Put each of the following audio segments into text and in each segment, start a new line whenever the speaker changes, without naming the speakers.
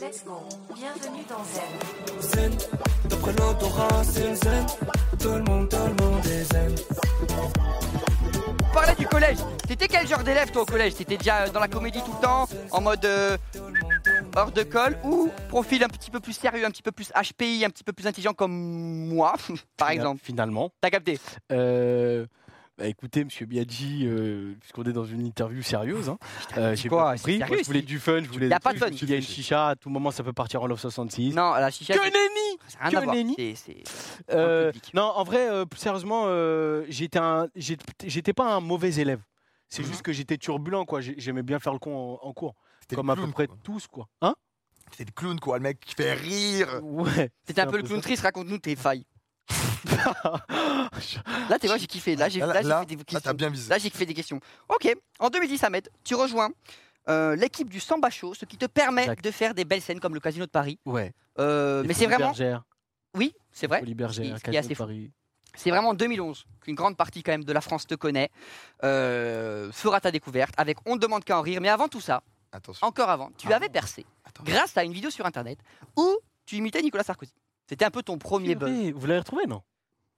Let's go. Bienvenue dans Zen.
Zen, d'après l'odorat, c'est le zen. Tout le monde, tout le monde est zen.
Parlais du collège. T'étais quel genre d'élève toi au collège T'étais déjà euh, dans la comédie tout le temps, en mode euh, hors de colle ou profil un petit peu plus sérieux, un petit peu plus HPI, un petit peu plus intelligent comme moi, par
Fina-
exemple.
Finalement.
T'as capté
Euh, bah, écoutez, monsieur Biaggi, euh, puisqu'on est dans une interview sérieuse, hein, euh, j'ai
quoi,
pas
c'est
compris. Moi,
sérieux,
je voulais
ici.
du fun, je voulais
Y a
des
pas de
trucs, je me
fun.
suis dit, Il y a une chicha, à tout moment ça peut partir en Love 66.
Non, la chicha.
Que
c'est-
nenni
ça n'a
que
rien à voir.
nenni
C'est- c'est-
Euh,
dans le public.
Non, en vrai, euh, plus sérieusement, euh, j'étais un- j'ai- j'étais pas un mauvais élève. C'est
Mhm.
juste que j'étais turbulent, quoi. J'ai- J'aimais bien faire le con en, en cours.
T'es
Comme
le
à peu
clown,
près
quoi.
tous, quoi. Hein
T'es le clown, quoi. Le mec qui fait
Euh,
rire.
Ouais.
T'étais un peu le clown triste, raconte-nous tes failles. Là, t'es moi, j'ai kiffé. Là, j'ai
Là,
là, j'ai
là,
fait des
Ah, t'as
questions.
bien visé.
Là, j'ai fait des questions. Ok, en 2010, Ahmed, tu rejoins euh, l'équipe du Samba Show, ce qui te permet
Exact.
de faire des belles scènes comme le Casino de Paris.
Ouais.
Euh, mais c'est vraiment. Oui, c'est vrai.
Oli
Ce
Bergère,
qui est assez
Casino
fou.
Paris.
C'est vraiment en 2011 qu'une grande partie quand même de la France te connaît, euh, fera ta découverte avec On ne demande qu'à en rire. Mais avant tout ça,
Attention.
encore avant, tu
Ah
avais
bon
percé
Attends.
grâce à une vidéo sur Internet où tu imitais Nicolas Sarkozy. C'était un peu ton premier buzz.
Purée, Vous l'avez retrouvé, non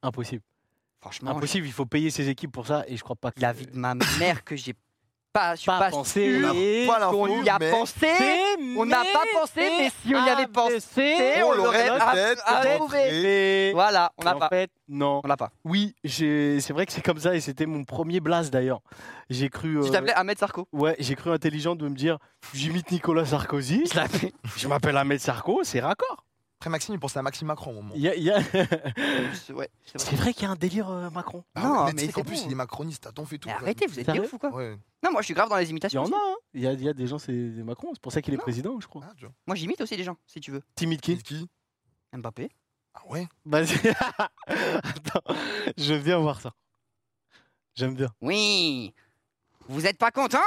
Impossible.
Franchement,
Impossible, il faut payer ses équipes pour ça et je crois pas que.
la vie de ma mère que j'ai pas, je suis
pas
pas
pensé.
sûr
On n'a pas l'info,
qu'on y a
mais-
pensé. On n'a pas pensé, mais si on y avait pensé,
pensé,
on l'aurait
l'aurait
ra-
peut-être
retrouvé. Voilà, on n'a
Oh, en
pas.
fait, non.
On l'a pas.
Oui, j'ai- c'est vrai que c'est comme ça et c'était mon premier blast d'ailleurs. J'ai cru.
Tu
euh,
t'appelais Ahmed Sarko.
Ouais, j'ai cru intelligent de me dire j'imite Nicolas Sarkozy,
Je l'appelais.
je m'appelle Ahmed Sarko, c'est raccord.
Après, Maxime, il pensait à Maxime Macron au moment.
Il y a- il y a-
Ouais, c'est vrai.
c'est vrai qu'il y a un délire euh, Macron.
Ah
Non,
ouais, mais,
mais
tu sais qu'en
c'est
plus,
bon.
il est macroniste, à ton fait tout.
Mais
quoi.
arrêtez, vous êtes
Sérieux
bien fous quoi.
Ouais.
Non, moi je suis grave dans les
Il y
imitations.
en a, hein. il y a, il y a des gens, c'est des Macron, c'est pour ça qu'il est
Non.
président, je crois.
Ah, tu vois.
Moi j'imite aussi des gens, si tu veux.
Timide
Qui
qui
Mbappé.
Ah ouais
Vas-y. Attends, je viens voir ça. J'aime bien.
Oui Vous êtes pas content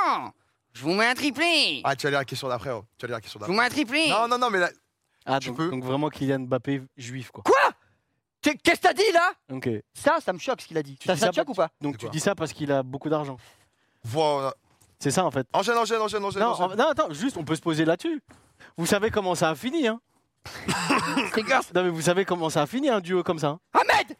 Je vous mets un triplé
Ah, tu vas aller à la question d'après, oh. Tu vas aller à la question
Je vous
d'après.
mets un triplé
Non, non, non, mais là.
Ah,
Tu
donc,
peux
donc vraiment Kylian Mbappé juif, quoi.
Qu'est- Qu'est-ce que t'as dit là
Ok.
Ça, ça me choque ce qu'il a dit.
Tu
Ça,
dis
ça
ça
te choque ou pas
Donc
C'est
tu
quoi
dis ça parce qu'il a beaucoup d'argent.
Voilà.
C'est ça, en fait.
Enchaîne, enchaîne, enchaîne, enchaîne.
Non,
enchaîne.
en- non, attends, juste, on peut se poser là-dessus. Vous savez comment ça a fini, hein
C'est grave
Non, mais vous savez comment ça a fini, un duo comme ça. hein
Ahmed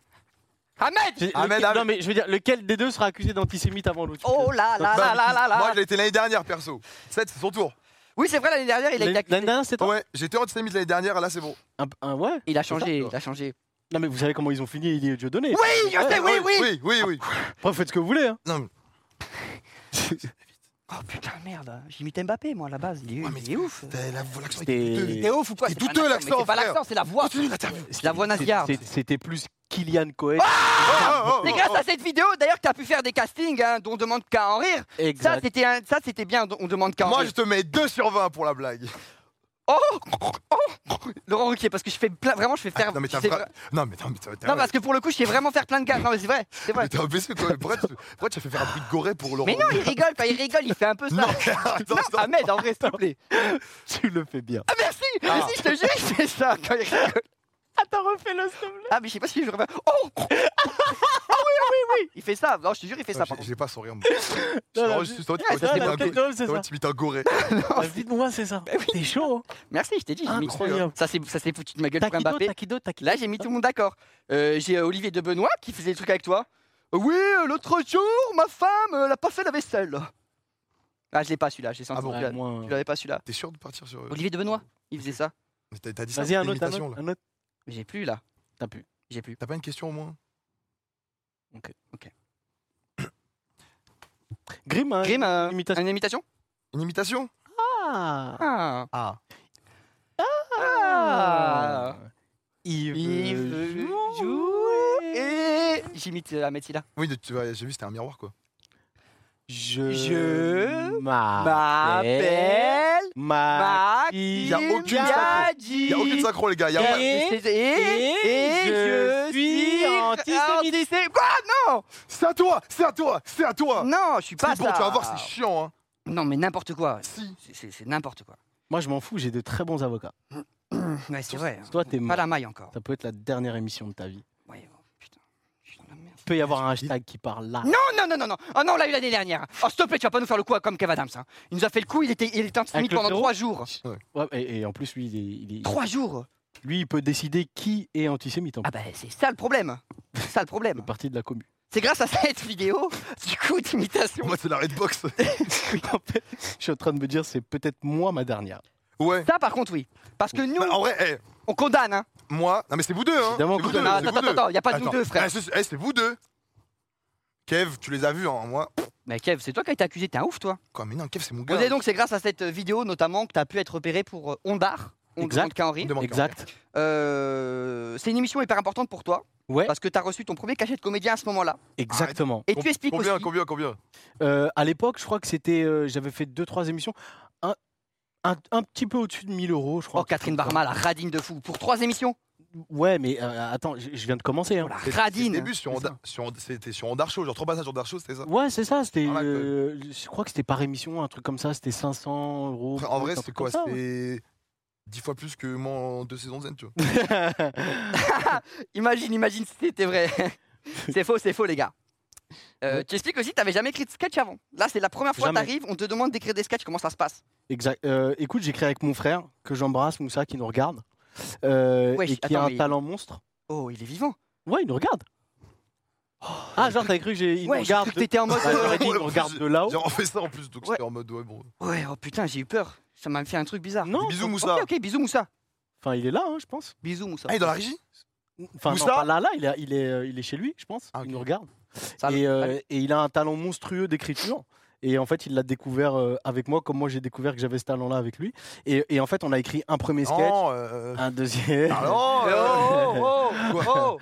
Ahmed
J'ai-
Ahmed,
lequel-
Ahmed.
Non, mais je veux dire, lequel des deux sera accusé d'antisémite avant l'autre
Oh là là là là là
Moi,
là
je l'ai été l'année dernière, perso. Seth, c'est son tour.
Oui, c'est vrai, l'année dernière, il a été
L'année
accusé.
dernière, c'était toi
Ouais, j'étais antisémite l'année dernière, là, c'est bon.
un, un- Ouais
Il a
c'est ça,
changé,
toi.
il a changé.
Non, mais vous savez comment ils ont fini, il est Dieu donné.
Oui, je sais, oui, Eh oui Ah,
Oui, oui, oui.
Après, faites ce que vous voulez, hein.
Non, mais-
Oh putain, merde, j'imite Mbappé, moi, à la base. Il est,
Ouais, mais
il est ouf
T'as la voix, l'accent,
C'était-
il est
T'es ouf ou quoi
C'est
pas un
douteux,
accent, mais C'est
l'accent,
pas
frère.
l'accent, c'est la voix
Continue l'interview.
C'est la voix Ah Nasgar
C'est- C'était plus Kylian Cohen.
Oh, oh, oh,
C'est
oh,
grâce
oh.
à cette vidéo d'ailleurs que t'as pu faire des castings hein, dont on demande qu'à en rire. Ça
exact.
c'était un- ça c'était bien, on demande qu'à en
Moi, je
rire.
te mets 2 sur 20 pour la blague.
Oh, oh Laurent Ruquier parce que je fais plein, vraiment je fais faire.
Ah, non, mais t'as
c'est
vra-
vrai-
Non, mais non, mais t'as- t'as-
Non, parce que pour le coup je sais vraiment faire plein de gars. Non mais c'est vrai, c'est vrai.
Mais t'es imbécile, toi. Pourquoi tu pourquoi tu as fait faire un bruit de gorée pour Laurent
Mais non, il rigole quand il rigole, il fait un peu ça.
Non, Ah, attends,
Non, ah,
attends.
Ahmed, en vrai, s'il te plaît.
tu le fais bien.
Ah, merci!
Ah.
Si, je te jure, il fait ça quand il rigole.
Attends, refais-le, s'il te plaît.
Ah, mais je sais pas si je reviens. Oh! Ah oui, oui, oui! Il fait ça, non, je te jure, il fait ça
Non,
par
Euh, Ah, j'ai-
contre.
J'ai pas son rire. moi. Je
Non,
l'ai
non,
enregistré, toi, tu
Ah,
t'imites un
la tête
goré.
d'homme, c'est
Toi,
ça.
t'imites un goré.
Ah, Dites-moi, c'est ça.
Bah
T'es chaud. hein.
Merci, je t'ai dit, j'ai mis
Incroyable.
Ça s'est ça s'est foutu de ma gueule
T'as
pour
qui d'autre,
Mbappé.
t'as qui d'autre, t'as qui
Là, j'ai mis tout le monde d'accord. Euh, j'ai euh, Olivier de Benoît qui faisait des trucs avec toi. Euh, Oui, euh, l'autre jour, ma femme, euh, elle a pas fait la vaisselle. Ah, je l'ai pas celui-là, j'ai senti
Ah bon,
que tu
Ouais,
l'as-
moins-
tu l'avais pas celui-là.
T'es sûr de partir sur.
Olivier de Benoît, il faisait ça.
T'as t'as dit ça
Vas-y, un
t'as
autre, un
imitation,
autre,
là.
un autre.
Mais J'ai plus là,
T'as pu.
j'ai plus.
T'as pas une question au moins
Grim, hein.
Grim, euh,
imitation.
une imitation
Une imitation
Ah.
Ah,
Ah.
Ah.
Yves.
Yves
Jouet.
Jouet. Et j'imite euh, Ahmed Silla.
Oui, tu vois, j'ai vu, c'était un miroir quoi.
Je,
Je
m'appelle
M'appelle
ma
Maxime
Y a aucune
Biaggi.
Il y a aucune synchro, les gars. Y a
Yeah.
pas-
Et-
Et, et je,
je suis
suis
antisémite.
antisémite. Quoi
C'est à toi C'est à toi C'est à toi
Non, je suis pas
Ah. C'est bon,
ça.
tu vas voir, c'est chiant. Hein.
Non, mais n'importe quoi.
Si.
C'est- C'est c'est n'importe quoi.
Moi, je m'en fous, j'ai de très bons avocats.
Ouais, c'est vrai. hein.
Toi, t'es
Pas
mort.
la maille encore.
Ça peut être la dernière émission de ta vie.
Ouais, oh, putain, je suis dans la merde.
peut y avoir un hashtag qui parle là.
Non, non, non, non, non. Oh non, on l'a eu l'année dernière. Oh, s'il te plaît, tu vas pas nous faire le coup comme Kev Adams. hein. Il nous a fait le coup, il était, il était en timide
le
pendant
frérot
trois jours.
Ouais, et, et en plus, lui il, est, il est-
Trois jours
lui, il peut décider qui est antisémite. En
Ah bah, c'est ça le problème. C'est ça le problème.
fait partie de la commu.
C'est grâce à cette vidéo, du coup, d'imitation.
Moi, c'est la red box.
En fait, je suis en train de me dire, c'est peut-être moi ma dernière.
Ouais.
Ça, par contre, oui. Parce que nous,
Bah, en vrai, eh,
on condamne, hein.
moi. Non, mais c'est vous deux, hein.
Évidemment
C'est vous
qu'on
deux,
Euh,
Non,
c'est
attends,
vous
attends,
deux.
attends, y a pas de nous
Attends.
deux, frère.
Eh, c'est eh, c'est vous deux. Kev, tu les as vus, hein, moi.
Mais Kev, c'est toi qui as été accusé, t'es un ouf, toi.
Quoi, mais non, Kev, c'est mon
On
gars.
disait donc, c'est grâce à cette vidéo, notamment, que t'as pu être repéré pour euh, Ondar. On
Exact.
demande qu'à Henri.
Demande-
Exact.
Euh, c'est une émission hyper importante pour toi,
Ouais,
parce que t'as reçu ton premier cachet de comédien à ce moment-là.
exactement.
Et
Com-
tu expliques
Combien,
aussi.
combien, combien
Euh, à l'époque, je crois que c'était, euh, j'avais fait deux trois émissions, un, un, un petit peu au-dessus de 1000 euros, je crois.
Oh, Catherine Barma, la radine de fou. Pour trois émissions
Ouais, mais euh, attends, je je viens de commencer. hein.
La
C'est-
radine
c'est le début, sur Onda- sur Onda- c'était sur Ondar Show, genre trois passages sur Ondar Show, c'était ça
Ouais, c'est ça. C'était,
Voilà, quoi.
euh, je crois que c'était par émission, un truc comme ça. C'était 500 euros.
Après, En vrai,
un
c'est
truc
quoi
comme ça, ouais.
C'est 10 fois plus que mon deux saisons de Zen, tu vois.
Imagine, imagine si c'était vrai. c'est faux, c'est faux, les gars. Euh, Tu expliques aussi, t'avais jamais écrit de sketch avant. Là, c'est la première fois que
Jamais.
t'arrives, on te demande d'écrire des sketchs, comment ça se passe
Exact. Euh, écoute, j'écris avec mon frère que j'embrasse, Moussa, qui nous regarde euh,
Wesh,
et qui a
attends,
un
mais-
talent monstre.
Oh, il est vivant.
Ouais, il nous regarde. ah, genre, t'avais cru que j'ai. Il
Oh, ouais,
nous
j'ai
regarde.
cru que t'étais en mode.
Ah, j'aurais
euh,
dit, il nous regarde de là-haut.
J'ai en fait ça en plus, donc
Ouais.
c'était en mode ouais, bon.
Ouais, oh putain, j'ai eu peur. Ça m'a fait un truc bizarre.
Non.
Bisous, Moussa.
Ok, ok, bisous Moussa.
Enfin, il est là, hein, je pense.
Bisous Moussa.
Ah, il est dans la régie
Enfin, non,
Moussa
pas là, là, il est, il est, euh, il est chez lui, je pense.
Ah, ok.
Il nous regarde.
Ça-
et, euh, et il a un talent monstrueux d'écriture. Et en fait, il l'a découvert euh, avec moi, comme moi j'ai découvert que j'avais ce talent-là avec lui. Et, et en fait, on a écrit un premier sketch,
Non, euh.
un deuxième,
Ah non, euh,
Oh, oh, oh, oh,
un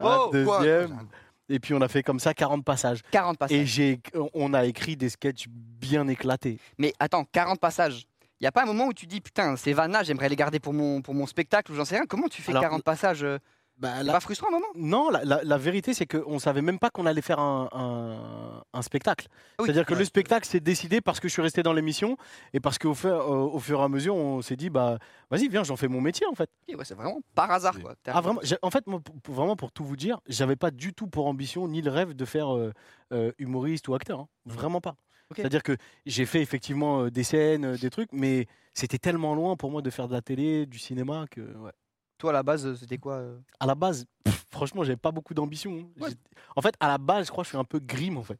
oh.
quoi
deuxième. Et puis on a fait comme ça 40 passages.
40 passages.
Et j'ai, on a écrit des sketchs bien éclatés.
Mais attends, 40 passages. Il n'y a pas un moment où tu dis, putain, ces vannes-là, j'aimerais les garder pour mon, pour mon spectacle ou j'en sais rien. Comment tu fais
Alors,
40 passages euh,
Bah,
C'est
la-
pas frustrant un moment
Non, la, la- la vérité, c'est qu'on ne savait même pas qu'on allait faire un, un- un spectacle.
Ah oui.
C'est-à-dire que
Ouais.
le spectacle s'est décidé parce que je suis resté dans l'émission et parce qu'au fur, euh, au fur et à mesure, on s'est dit, bah, vas-y, viens, j'en fais mon métier en fait.
Ok, ouais, C'est vraiment par hasard.
Oui.
Quoi.
Ah, vraiment, j'ai- en fait, moi, pour, pour- vraiment, pour tout vous dire, j'avais pas du tout pour ambition ni le rêve de faire euh, euh, humoriste ou acteur. hein. Vraiment pas.
Mmh. Ok.
C'est-à-dire que j'ai fait effectivement euh, des scènes, euh, des trucs, mais c'était tellement loin pour moi de faire de la télé, du cinéma, que ouais.
Toi, à la base, euh, c'était quoi euh
à la base, pff, franchement, j'avais pas beaucoup d'ambition. hein.
Ouais.
J'ai- En fait, à la base, je crois que je suis un peu grime en fait.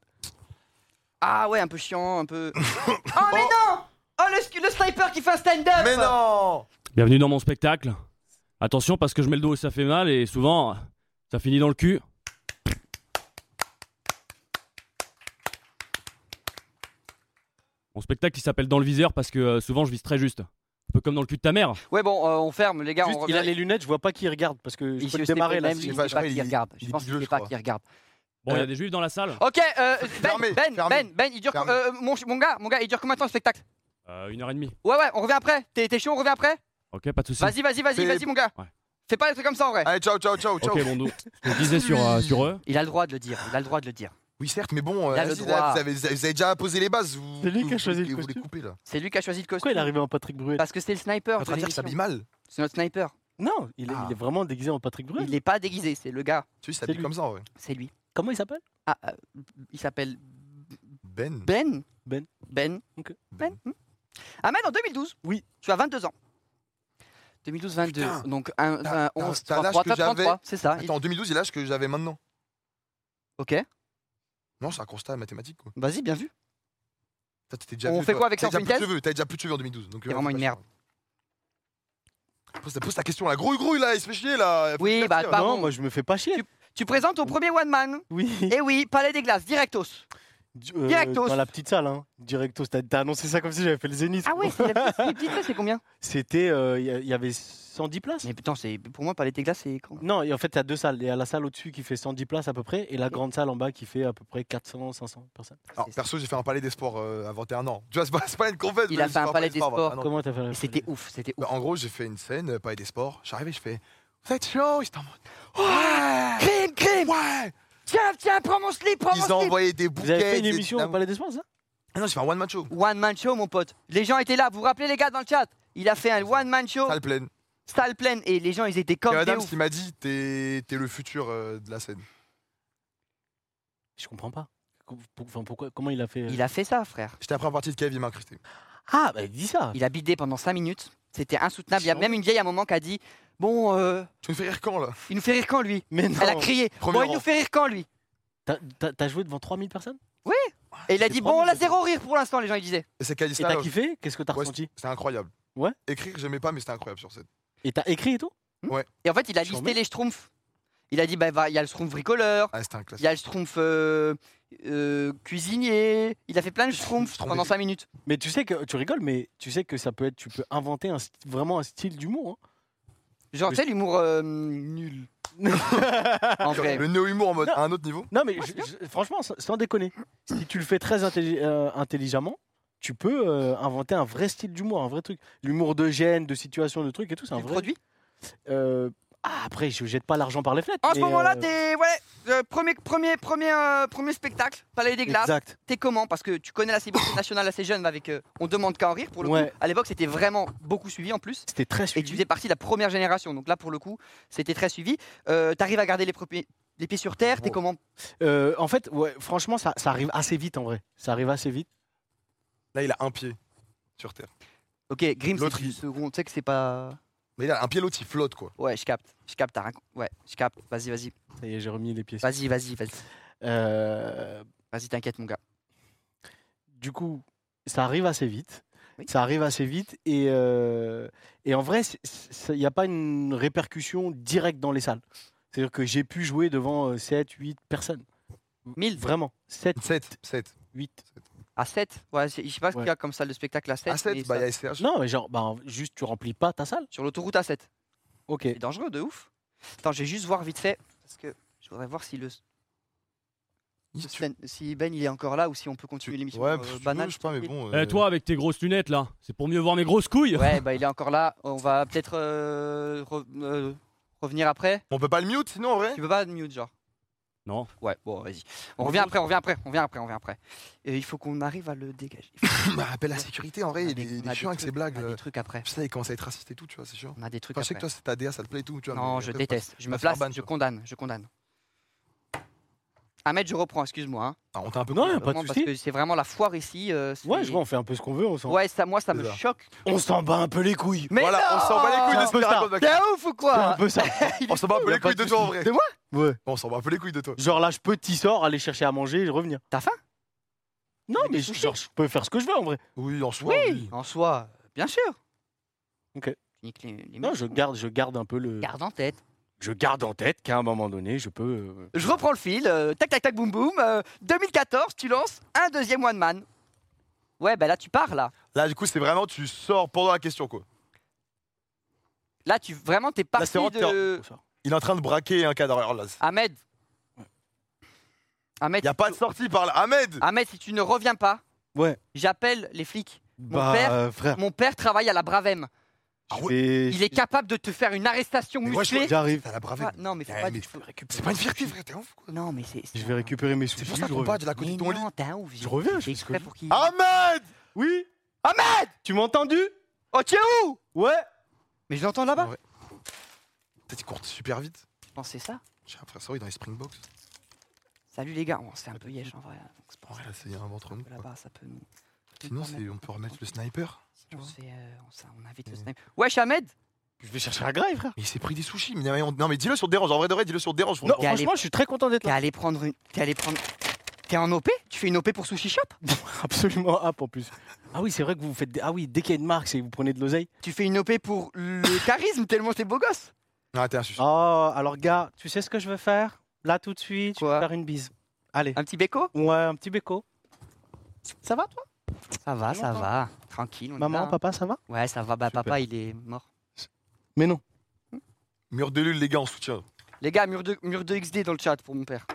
Ah ouais, un peu chiant, un peu. oh, mais non Oh, le, sk- le sniper qui fait un stand-up
Mais non
Bienvenue dans mon spectacle. Attention parce que je mets le dos et ça fait mal et souvent ça finit dans le cul. Mon spectacle il s'appelle Dans le viseur parce que euh, souvent je vise très juste. Un peu comme dans le cul de ta mère.
Ouais, bon, euh, on ferme, les gars,
Juste,
on
il
revient.
a les lunettes, je vois pas qui regarde parce que
Il
je peux
se
le
sait
démarrer là.
même,
si-
il
je
sait
sais pas,
pas
je crois,
qui
il-
regarde.
il
Je
est
pense qu'il
bigleux,
sait
je
pas
crois.
qui regarde.
Bon, il y a des juifs dans la salle.
Ok, euh, ben,
Fermez,
ben,
fermez.
ben, Ben, il dure.
Fermez.
euh, mon, mon gars, mon gars, il dure combien de temps le spectacle
Euh, une heure et demie.
Ouais, ouais, on revient après. T'es t'es chaud, on revient après
Ok, pas de soucis.
Vas-y, vas-y, vas-y,
C'est-
vas-y, mon gars.
Ouais.
Fais pas les trucs comme ça en vrai.
Allez, ciao, ciao, ciao, ciao.
Ok, bon, donc, ce que je disais sur, euh, sur eux.
Il a le droit de le dire, il a le droit de le dire.
Oui, certes, mais bon, euh,
Il a le
vas-y,
droit.
là, vous, avez, vous avez déjà posé les bases. vous-
C'est lui
vous-
qui a choisi
vous-
le
Vous les
costume.
coupez là.
C'est lui qui a choisi le
Pourquoi
costume.
il est arrivé en Patrick Bruel
Parce que c'est le sniper.
En train
de
de dire, que ça
l'émission.
s'habille mal.
C'est notre sniper.
Non, il est,
Ah.
il est vraiment déguisé en Patrick Bruel.
Il n'est pas déguisé, c'est le gars.
Tu sais, il
C'est
s'habille
lui.
comme ça en vrai.
C'est lui.
Comment il s'appelle
Ah, euh, il s'appelle
Ben.
Ben.
Ben.
Ben.
Ok.
Ben. hmm. Ahmed, en 2012.
Oui.
Tu as 22 ans. 2012, 22.
Putain.
Donc, un,
T'as- t'as-
un, 11,
t'as
3,
l'âge
3,
que j'avais.
c'est ça. Il-
Attends, en 2012, il a l'âge que j'avais maintenant.
Ok,
Non, c'est un constat mathématique quoi.
vas-y, bien vu.
Toi, t'étais déjà
On
vieux,
fait
toi.
quoi avec
T'as
ça, on
déjà
fait une
plus de
thèse
cheveux, T'as déjà plus de cheveux en 2012. Donc, euh,
T'es vraiment une merde.
Pose, ta- pose ta question, la grouille, grouille là, il se fait chier là. Faut
Oui,
le
bah,
dire.
pardon.
Non, moi je me fais pas chier.
Tu présentes ton premier One Man.
Oui.
Eh oui, Palais des Glaces, directos.
Du- euh,
Directos.
Dans la petite salle, hein. Directos. T'as t'as annoncé ça comme si j'avais fait le Zénith.
Ah ouais, c'est la petite- les petites, c'est combien
C'était. euh, Il y a- il y, avait 110 places.
Mais putain, c'est- pour moi, Palais des Glaces, c'est quand
Non, et en fait, il y a deux salles. Il y a la salle au-dessus qui fait 110 places à peu près et la grande salle en bas qui fait à peu près 400, 500 personnes.
Alors, perso, j'ai fait un palais des sports euh, à 21 ans. Tu vois, c'est pas, c'est pas une confesse.
Il
mais
a
j'ai
fait un palais des
à 21
sports.
ans.
Comment t'as fait la
Mais c'était ouf, c'était ouf.
Bah, en gros, j'ai fait une scène, euh, palais des sports. J'arrivais, je fais. Vous êtes chaud Ils étaient en mode. Ouais
Crime, crime
Ouais
Tiens, tiens, prends mon slip, prends mon
Ils ont
slip
envoyé des
Vous avez fait
bouquets.
une
des
émission au
dynamos.
Palais des Sports, ça
Ah Non, j'ai fait un one man show.
One man show, mon pote. Les gens étaient là, vous vous rappelez, les gars, dans le chat Il a fait un one man show,
Salle pleine.
salle pleine, et les gens, ils étaient
Il y
comme
a
des
Adams
ouf.
qui m'a dit T'es t'es le futur euh, de la scène.
Je comprends pas. Com- pour- Enfin, pourquoi, comment il a fait euh,
Il a fait ça, frère.
J'étais après en partie de Kev, il m'a incrusté.
Ah, bah dis ça.
Il a bidé pendant 5 minutes. C'était insoutenable. Il y a
Chiant.
même une vieille à un moment qui a dit Bon, euh,
Tu me fais rire quand là
il nous fait rire quand lui
Mais non.
Elle a crié
Premier
Bon, il
rang.
nous fait rire quand lui
T'as- T'as t'as joué devant 3000 personnes Ah,
Et il a
C'était
dit Bon, on a
formidable.
zéro rire pour l'instant, les gens ils disaient.
Et c'est Khalid
Et t'as kiffé Qu'est-ce que t'as
Ouais,
ressenti
C'était incroyable.
Ouais.
Écrire, j'aimais pas, mais c'était incroyable sur scène.
Et t'as écrit et tout
Et en fait, il a
Je
listé
remets.
les schtroumpfs. Il a dit Bah, va- il y a le schtroumpf bricoleur,
Ah, c'était un
il y
classique.
a le schtroumpf euh, euh, cuisinier. Il a fait plein de schtroumpfs
Schtroumpf
pendant
des-
5 minutes.
Mais tu sais que tu rigoles, mais tu sais que ça peut être, tu peux inventer un st- vraiment un style d'humour. hein.
Genre,
Mais-
tu sais, l'humour euh, nul. en vrai.
Le néo-humour en mode
Non.
à un autre niveau.
Non, mais je- je- franchement, sans, sans déconner, si tu le fais très intelli- euh, intelligemment, tu peux euh, inventer un vrai style d'humour, un vrai truc. L'humour de gêne, de situation, de truc et tout, c'est
Tu
un
le
vrai.
produis
Euh, ah, après, je jette pas l'argent par les fenêtres.
En ce
mais,
moment-là,
euh,
t'es. Ouais, euh, premier, premier, premier, euh, premier spectacle, Palais des Glaces.
Exact.
T'es comment Parce que tu connais la cible nationale assez jeune avec euh, On demande qu'à en rire pour le
Ouais.
coup. À l'époque, c'était vraiment beaucoup suivi en plus.
C'était très
Et tu
suivi.
faisais partie de la première génération. Donc là, pour le coup, c'était très suivi. Euh, T'arrives à garder les, propi- les pieds sur terre. T'es
Wow.
comment
Euh, en fait, ouais, franchement, ça, ça arrive assez vite en vrai. Ça arrive assez vite.
Là, il a un pied sur Terre.
Ok, Grimm, c'est
L'autre,
du
il-
second. Tu sais que c'est pas.
Mais il a un pied, l'autre, il flotte quoi.
Ouais, je capte. Je capte. t'as rien co- Ouais, je capte. Vas-y, vas-y.
Ça y est, j'ai remis les pieds.
Vas-y, vas-y, vas-y.
Euh,
Vas-y, t'inquiète, mon gars.
du coup, ça arrive assez vite.
Oui.
Ça arrive assez vite. Et, euh, et en vrai, il n'y a pas une répercussion directe dans les salles. C'est-à-dire que j'ai pu jouer devant 7, 8 personnes.
1000
Vraiment. 7,
7, 7.
8.
à 7. Ouais, c'est- je sais pas ce
Ouais.
qu'il y a comme salle de spectacle à 7.
À 7, bah, il y a SCH.
Non, mais genre, bah, juste, tu remplis pas ta salle.
Sur l'autoroute à 7.
Ok.
C'est dangereux de ouf. Attends, je vais juste voir vite fait. Parce que je voudrais voir si le.
Tu-
Stan- si Ben il est encore là ou si on
tu-
peut continuer l'émission
Ouais,
euh,
si tu veux,
banale.
je sais pas, mais bon.
Eh,
euh,
toi, avec tes grosses lunettes là, c'est pour mieux voir mes grosses couilles.
Ouais, bah il est encore là. On va peut-être euh, re- euh, revenir après.
On peut pas le mute sinon en vrai
Tu peux pas mute genre
Non.
Ouais, bon, vas-y. On revient après, on revient après, on revient après, on revient après. Et il faut qu'on arrive à le dégager. Il faut
Bah, appelle la sécurité en vrai,
qu'on
il
a des-
est-
on
il
a
est
des
chiant avec
trucs-
ses blagues.
On a
euh,
des trucs après.
Tu sais, il commence à être raciste et tout, tu vois, c'est chiant.
On a des trucs
Enfin, je sais que
après.
toi, c'est ta DA, ça te plaît et tout, tu vois.
Non,
mais euh,
je
après, faut-
déteste. Je me
faut faire
place,
ban,
je
quoi.
condamne, je condamne. Ahmed, je reprends, excuse-moi. hein.
Ah, on t'a un peu.
Non, y a pas de
Vraiment, parce
souci.
que c'est vraiment la foire ici. euh, c'est-
Ouais, je vois, on fait un peu ce qu'on veut. On s'en
Ouais, ça, moi, ça me
Déjà.
choque.
on s'en bat un peu les couilles.
Mais
voilà, on s'en bat les couilles de
C'est un peu
ce
ça.
Miracle Podcast.
T'es un ouf ou
C'est
quoi
un peu ça.
On s'en bat un peu
Y a
les
pas
couilles
de
de toi en vrai.
souci. De moi Ouais.
On s'en bat un peu les couilles de toi.
Genre là, je peux t'y sort, aller chercher à manger et revenir.
T'as faim
Non,
Mais
mais
sushi.
genre, je peux faire ce que je veux en vrai.
Oui, en soi.
Oui, en soi, bien sûr.
Ok.
Nique les, les
Non,
mecs.
je garde, je garde un peu le.
Garde en tête.
Je garde en tête qu'à un moment donné, je peux. euh,
Je reprends le fil. euh, tac, tac, tac, boum, boum. euh, 2014, tu lances un deuxième One Man. Ouais, bah là, tu pars, là.
Là, du coup, c'est vraiment, tu sors pendant la question, quoi.
Là, tu vraiment, t'es parti
c'est en
de...
Il est en train de braquer un cadavre. là.
Ahmed. Ahmed,
Il n'y a
si
pas
tu-
de sortie par là.
Ah,
Ahmed
Ahmed, si tu ne reviens pas,
Ouais.
j'appelle les flics.
Bah,
père-
euh, frère.
Mon père travaille à la Bravem.
Ah
je
ouais.
vais-
Il est capable de te faire une arrestation
Mais moi, je
musclée.
J'arrive.
T'as la brave.
Ah, non, mais faut
Eh,
pas
mais
du tout.
C'est pas une fierté, frère, t'es ouf, quoi.
Non, mais c'est. c'est
Je vais
un-
récupérer mes
C'est
soucis.
pour ça
je
qu'on
reviens.
parle de la côté
Mais
de ton lit.
non, t'es un ouf.
Je reviens, je
C'est
fais ce que
exprès
je
pour qu'il.
Ah, Ahmed
Oui.
Ahmed
Tu m'as entendu
Oh, tiens où
Ouais.
Mais je l'entends là-bas.
Ouais. Peut-être qu'il court super vite.
Je pensais ça.
J'ai un frère, ça, oui, dans les Springboks.
Salut les gars. Oh, c'est un peu yège en vrai. Donc, c'est pour
En
ça
vrai, là, c'est un ventre
que
nous. quoi.
Là-bas, bah, ça peut nous.
Sinon, c'est- on peut remettre le sniper.
On, se fait, euh, on, ça- on invite le
Ouais.
sniper. Wesh, Ahmed
Je vais chercher un graille, frère.
Mais il s'est pris des sushis. mais non, mais on- Non, mais dis-le sur dérange. En vrai, de vrai, dis-le sur dérange.
Non,
y a
franchement, je suis très content d'être
T'es
là.
allé prendre une. T'es allé prendre. T'es en OP Tu fais une OP pour Sushi Shop
Absolument hop en plus. Ah oui, c'est vrai que vous faites. des- Ah oui, dès qu'il y a une marque, c'est vous prenez de l'oseille.
Tu fais une OP pour le charisme tellement t'es beau gosse
Ah, t'es un sushi.
Oh, alors gars, tu sais ce que je veux faire Là tout de suite, je
Quoi
vais faire une bise. Allez.
Un petit béco
Ouais, un petit béco. Ça va toi
Ça va, ça
Longtemps.
va. Tranquille. On est là,
Maman,
hein.
papa, ça va
Ouais, ça va. Bah,
Super.
papa, il est mort.
Mais non.
Mur de lune, les gars, en soutien.
Les gars, mur de, mur de XD dans le chat pour mon père.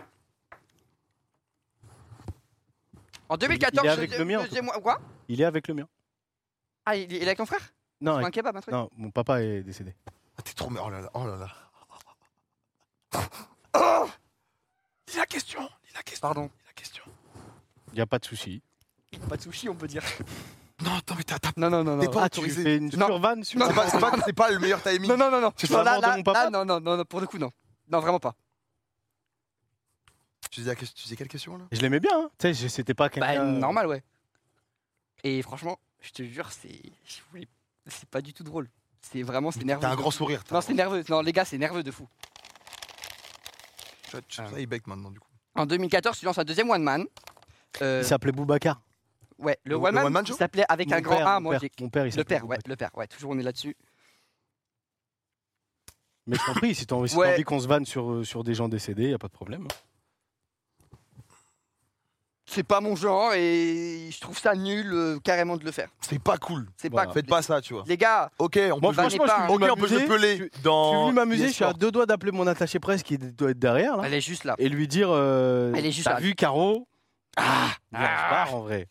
En 2014,
il est avec
je-
le mien, en tout
deuxième mois- Quoi
Il est avec le mien.
Ah, il, il est avec ton frère
Non,
Un
avec-
kebab, un truc
non, mon papa est décédé.
Ah, t'es trop. mais Oh là là, oh là là. Dis la question Dis la question
Pardon.
Dis la question
Il n'y a pas de souci.
Pas de sushi, on peut dire.
Non, attends, mais t'as. t'as-
Non, non, non,
T'es
non.
pas
Ah, tu
autorisé.
fais une
Non.
survanne sur...
C'est pas, c'est pas, c'est pas le meilleur timing.
Non, non, non, non.
C'est
Non,
la
Bah, là,
mort de
là,
mon papa
là, non, non, non, non, pour le coup, non. Non, vraiment pas.
Tu disais, la question- tu disais quelle question là
Et Je l'aimais bien, hein. tu sais, je- c'était pas quelqu'un... euh,
Bah, normal, ouais. Et franchement, je te jure, c'est. je voulais- C'est pas du tout drôle. C'est vraiment, c'est nerveux.
T'as un grand sourire. t'as
Non,
un
c'est
grand-
nerveux. Non, les gars, c'est nerveux de fou.
Tu vois, tu- Ça, il bec maintenant du coup.
En 2014, tu lances un deuxième One Man. Euh,
Il s'appelait Boubacar.
ouais, le,
le-
One
le
Man,
One Man
il
Show
s'appelait avec
Mon
un grand
père,
A,
mon
moi.
père,
j'ai-
Mon père, il
Le
s'appelait
père, ouais,
Boubacar.
le père, ouais, toujours on est là-dessus.
Mais je t'en prie, si t'as si t'as
Ouais.
envie qu'on se vanne sur, euh, sur des gens décédés, y a pas de problème. hein.
C'est pas mon genre et je trouve ça nul euh, carrément de le faire.
C'est pas cool.
C'est
Voilà.
pas cool.
Faites pas ça, tu vois.
Les gars,
Ok, on peut.
Moi,
vanne
franchement,
pas,
je suis
hein.
venu
Ok, on peut se
m'amuser.
peler
Je
dans.
suis venu m'amuser,
Yes,
je suis à
Sport.
deux doigts d'appeler mon attaché presse qui doit être derrière, là,
elle est juste là.
et lui dire euh,
Elle est juste
T'as
là.
vu, Caro
Ah,
Viens, je pars, en vrai.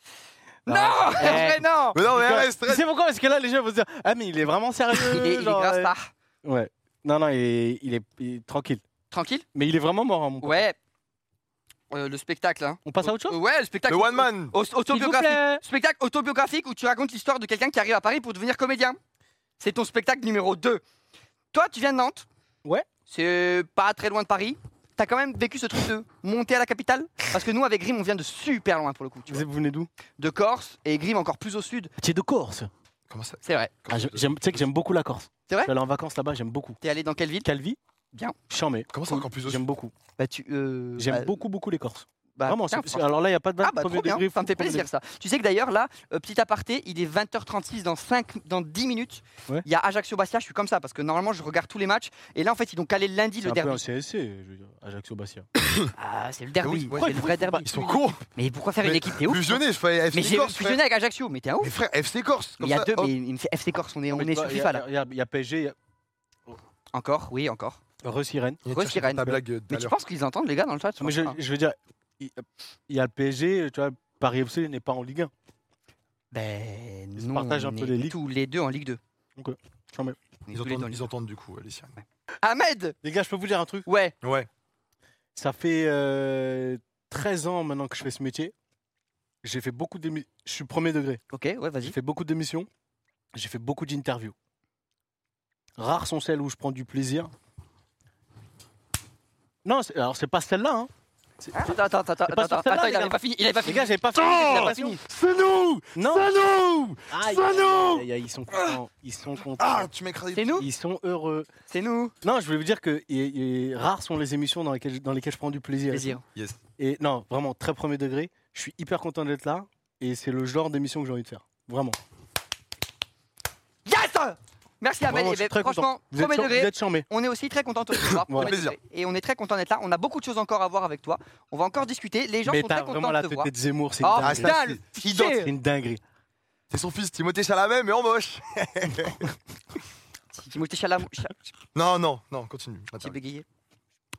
non,
Ah,
mais non.
Mais non, mais
D'accord.
reste,
Tu
reste.
sais pourquoi Parce que là, les gens vont se dire Ah, mais il est vraiment
ah
sérieux.
Il est, il est
genre,
grave
euh,
star.
Ouais. Non, non, il est, il est- il est tranquille.
Tranquille.
Mais il est vraiment mort, hein, mon pote.
Ouais. Euh, le spectacle. Hein.
On passe à autre chose
Ouais, le spectacle.
Le one man.
Au- autobiographique.
plaît.
Spectacle autobiographique où tu racontes l'histoire de quelqu'un qui arrive à Paris pour devenir comédien. C'est ton spectacle numéro 2. Toi, tu viens de Nantes.
Ouais.
C'est pas très loin de Paris. T'as quand même vécu ce truc de monter à la capitale Parce que nous, avec Grimm, on vient de super loin pour le coup. Tu
Vous
vois.
êtes- vous venez d'où
De Corse et Grimm encore plus au sud.
Ah, Tu es de Corse.
Comment ça
C'est vrai.
Ah, je- j'aime- tu sais que j'aime beaucoup la Corse.
C'est vrai
Je suis allé en vacances là-bas, j'aime beaucoup.
T'es allé dans quelle ville
Calvi
Bien.
Chambé.
Comment ça encore plus au
J'aime beaucoup.
Bah, tu. euh,
J'aime
bah,
beaucoup, beaucoup les Corses.
bah,
Vraiment,
tiens,
c'est- c'est- alors là, il n'y a pas de
Ah bah
premier
trop bien,
degré,
ça me fait
premier
plaisir ça. Tu sais que d'ailleurs là, euh, petit aparté, il est 20h36 dans 5, dans 10 minutes.
Ouais.
Il y a Ajaccio-Bastia, je suis comme ça parce que normalement je regarde tous les matchs et là en fait ils ont calé le lundi
C'est
le
un peu un
derby.
CSC, je veux dire, Ajaccio-Bastia.
Ah c'est le
oui,
derby,
ouais,
c'est le vrai derby.
Ils sont courts.
Mais pourquoi faire une
Mais
équipe T'es ouf
Fusionner, je fais
Mais
FC
j'ai
Corse. frère.
fusionné avec Ajaccio, mais t'es un
Mais
ouf.
frère, FC Corse.
Mais
comme
Il y a
ça,
deux,
hop.
mais il me fait FC Corse, on est, on
oh. Mais
est
tu
sur
vois, il y a-
FIFA là.
Il y a- il y a PSG, il y a
Encore, oui encore.
Re-Sirène.
Il y a
Grosse
cherché
sirène.
Ta blague euh, tout
Mais
à
tu
l'heure.
penses qu'ils entendent les gars dans le chat je
Mais je,
pense pas.
je veux dire, il il y a le PSG, tu vois, Paris FC n'est pas en Ligue 1.
Ben
Ils se
non,
partagent un
on
peu
est
les ligues.
tous les deux en Ligue 2.
Ok, j'en mets.
On est
Ils
tous les deux en
entendent,
Ligue
ils entendent du coup, euh, les siens.
deux. Ahmed
Les gars, je peux vous dire un truc
Ouais,
Ouais.
Ça fait euh, 13 ans maintenant que je fais ce métier. J'ai fait beaucoup d'émissions. Je suis premier degré.
ok, ouais,
J'ai
vas-y.
fait beaucoup d'émissions. J'ai fait beaucoup d'interviews. Rares sont celles où je prends du plaisir. Non, c'est- alors c'est pas celle-là. hein.
Attends, attends, attends,
C'est pas
attends,
sur celle-là,
attends, il
les
avait
gars.
pas fini, il avait pas
Les
fini.
gars, j'ai pas fait.
Il a pas fini.
C'est nous
Non,
C'est nous
Aïe,
Ça,
aïe,
non
aïe, aïe, Ils sont contents. Ils sont
Ah,
contents.
tu m'as écrasé.
C'est nous
Ils sont heureux.
C'est nous
Non, je voulais vous dire que et- et rares sont les émissions dans lesquelles, dans lesquelles je prends du plaisir.
Plaisir.
Yes.
Et non, vraiment, très premier degré. Je suis hyper content d'être là. Et c'est le genre d'émission que j'ai envie de faire. Vraiment.
Yes Merci Abel,
Vraiment,
et
je suis
ben,
très
franchement,
content. Vous êtes,
premier
chan- vous
degré,
êtes chambés.
on est aussi très content de te recevoir,
Voilà.
premier degré. et on est très content d'être là, on a beaucoup de choses encore à voir avec toi, on va encore discuter, les gens
Mais
sont très
t'as vraiment
contents
la
de te
tête
voir.
de Zemmour. C'est une
Oh
dinguerie.
dingue.
putain,
Ah,
le
c'est
fichier.
C'est une dinguerie.
C'est son fils, Timothée Chalamet, mais en moche.
Timothée Chalam- Cha-
Non, non, non, continue.
J'ai bégayé.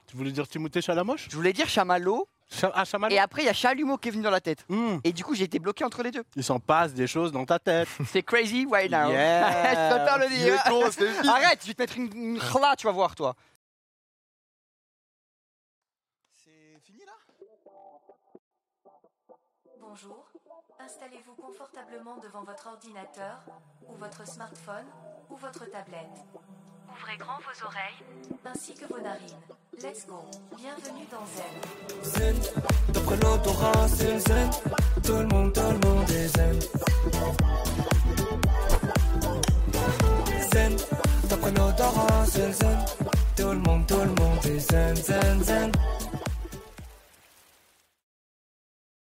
Tu voulais dire Timothée Chalamoche
Je voulais dire Chamallow,
Cha- Ah, Chamal
et après il y a Chalumeau qui est venu dans la tête.
Hmm,
Et du coup, j'ai été bloqué entre les deux.
Il s'en passe des choses dans ta tête.
C'est crazy right now.
Yeah.
je préfère le
Il est
dire.
con, c'est fils.
Arrête, je vais te mettre une, une chla, tu vas voir, toi.
Bonjour. Installez-vous confortablement devant votre ordinateur ou votre smartphone ou votre tablette. Ouvrez grand vos oreilles ainsi que vos narines. Let's go. Bienvenue dans Zen.
zen. D'après l'odorat, c'est le zen. Tout le monde, tout le monde est zen. Zen. D'après l'odorat, c'est le zen. Tout le monde, tout le monde est zen, zen, zen.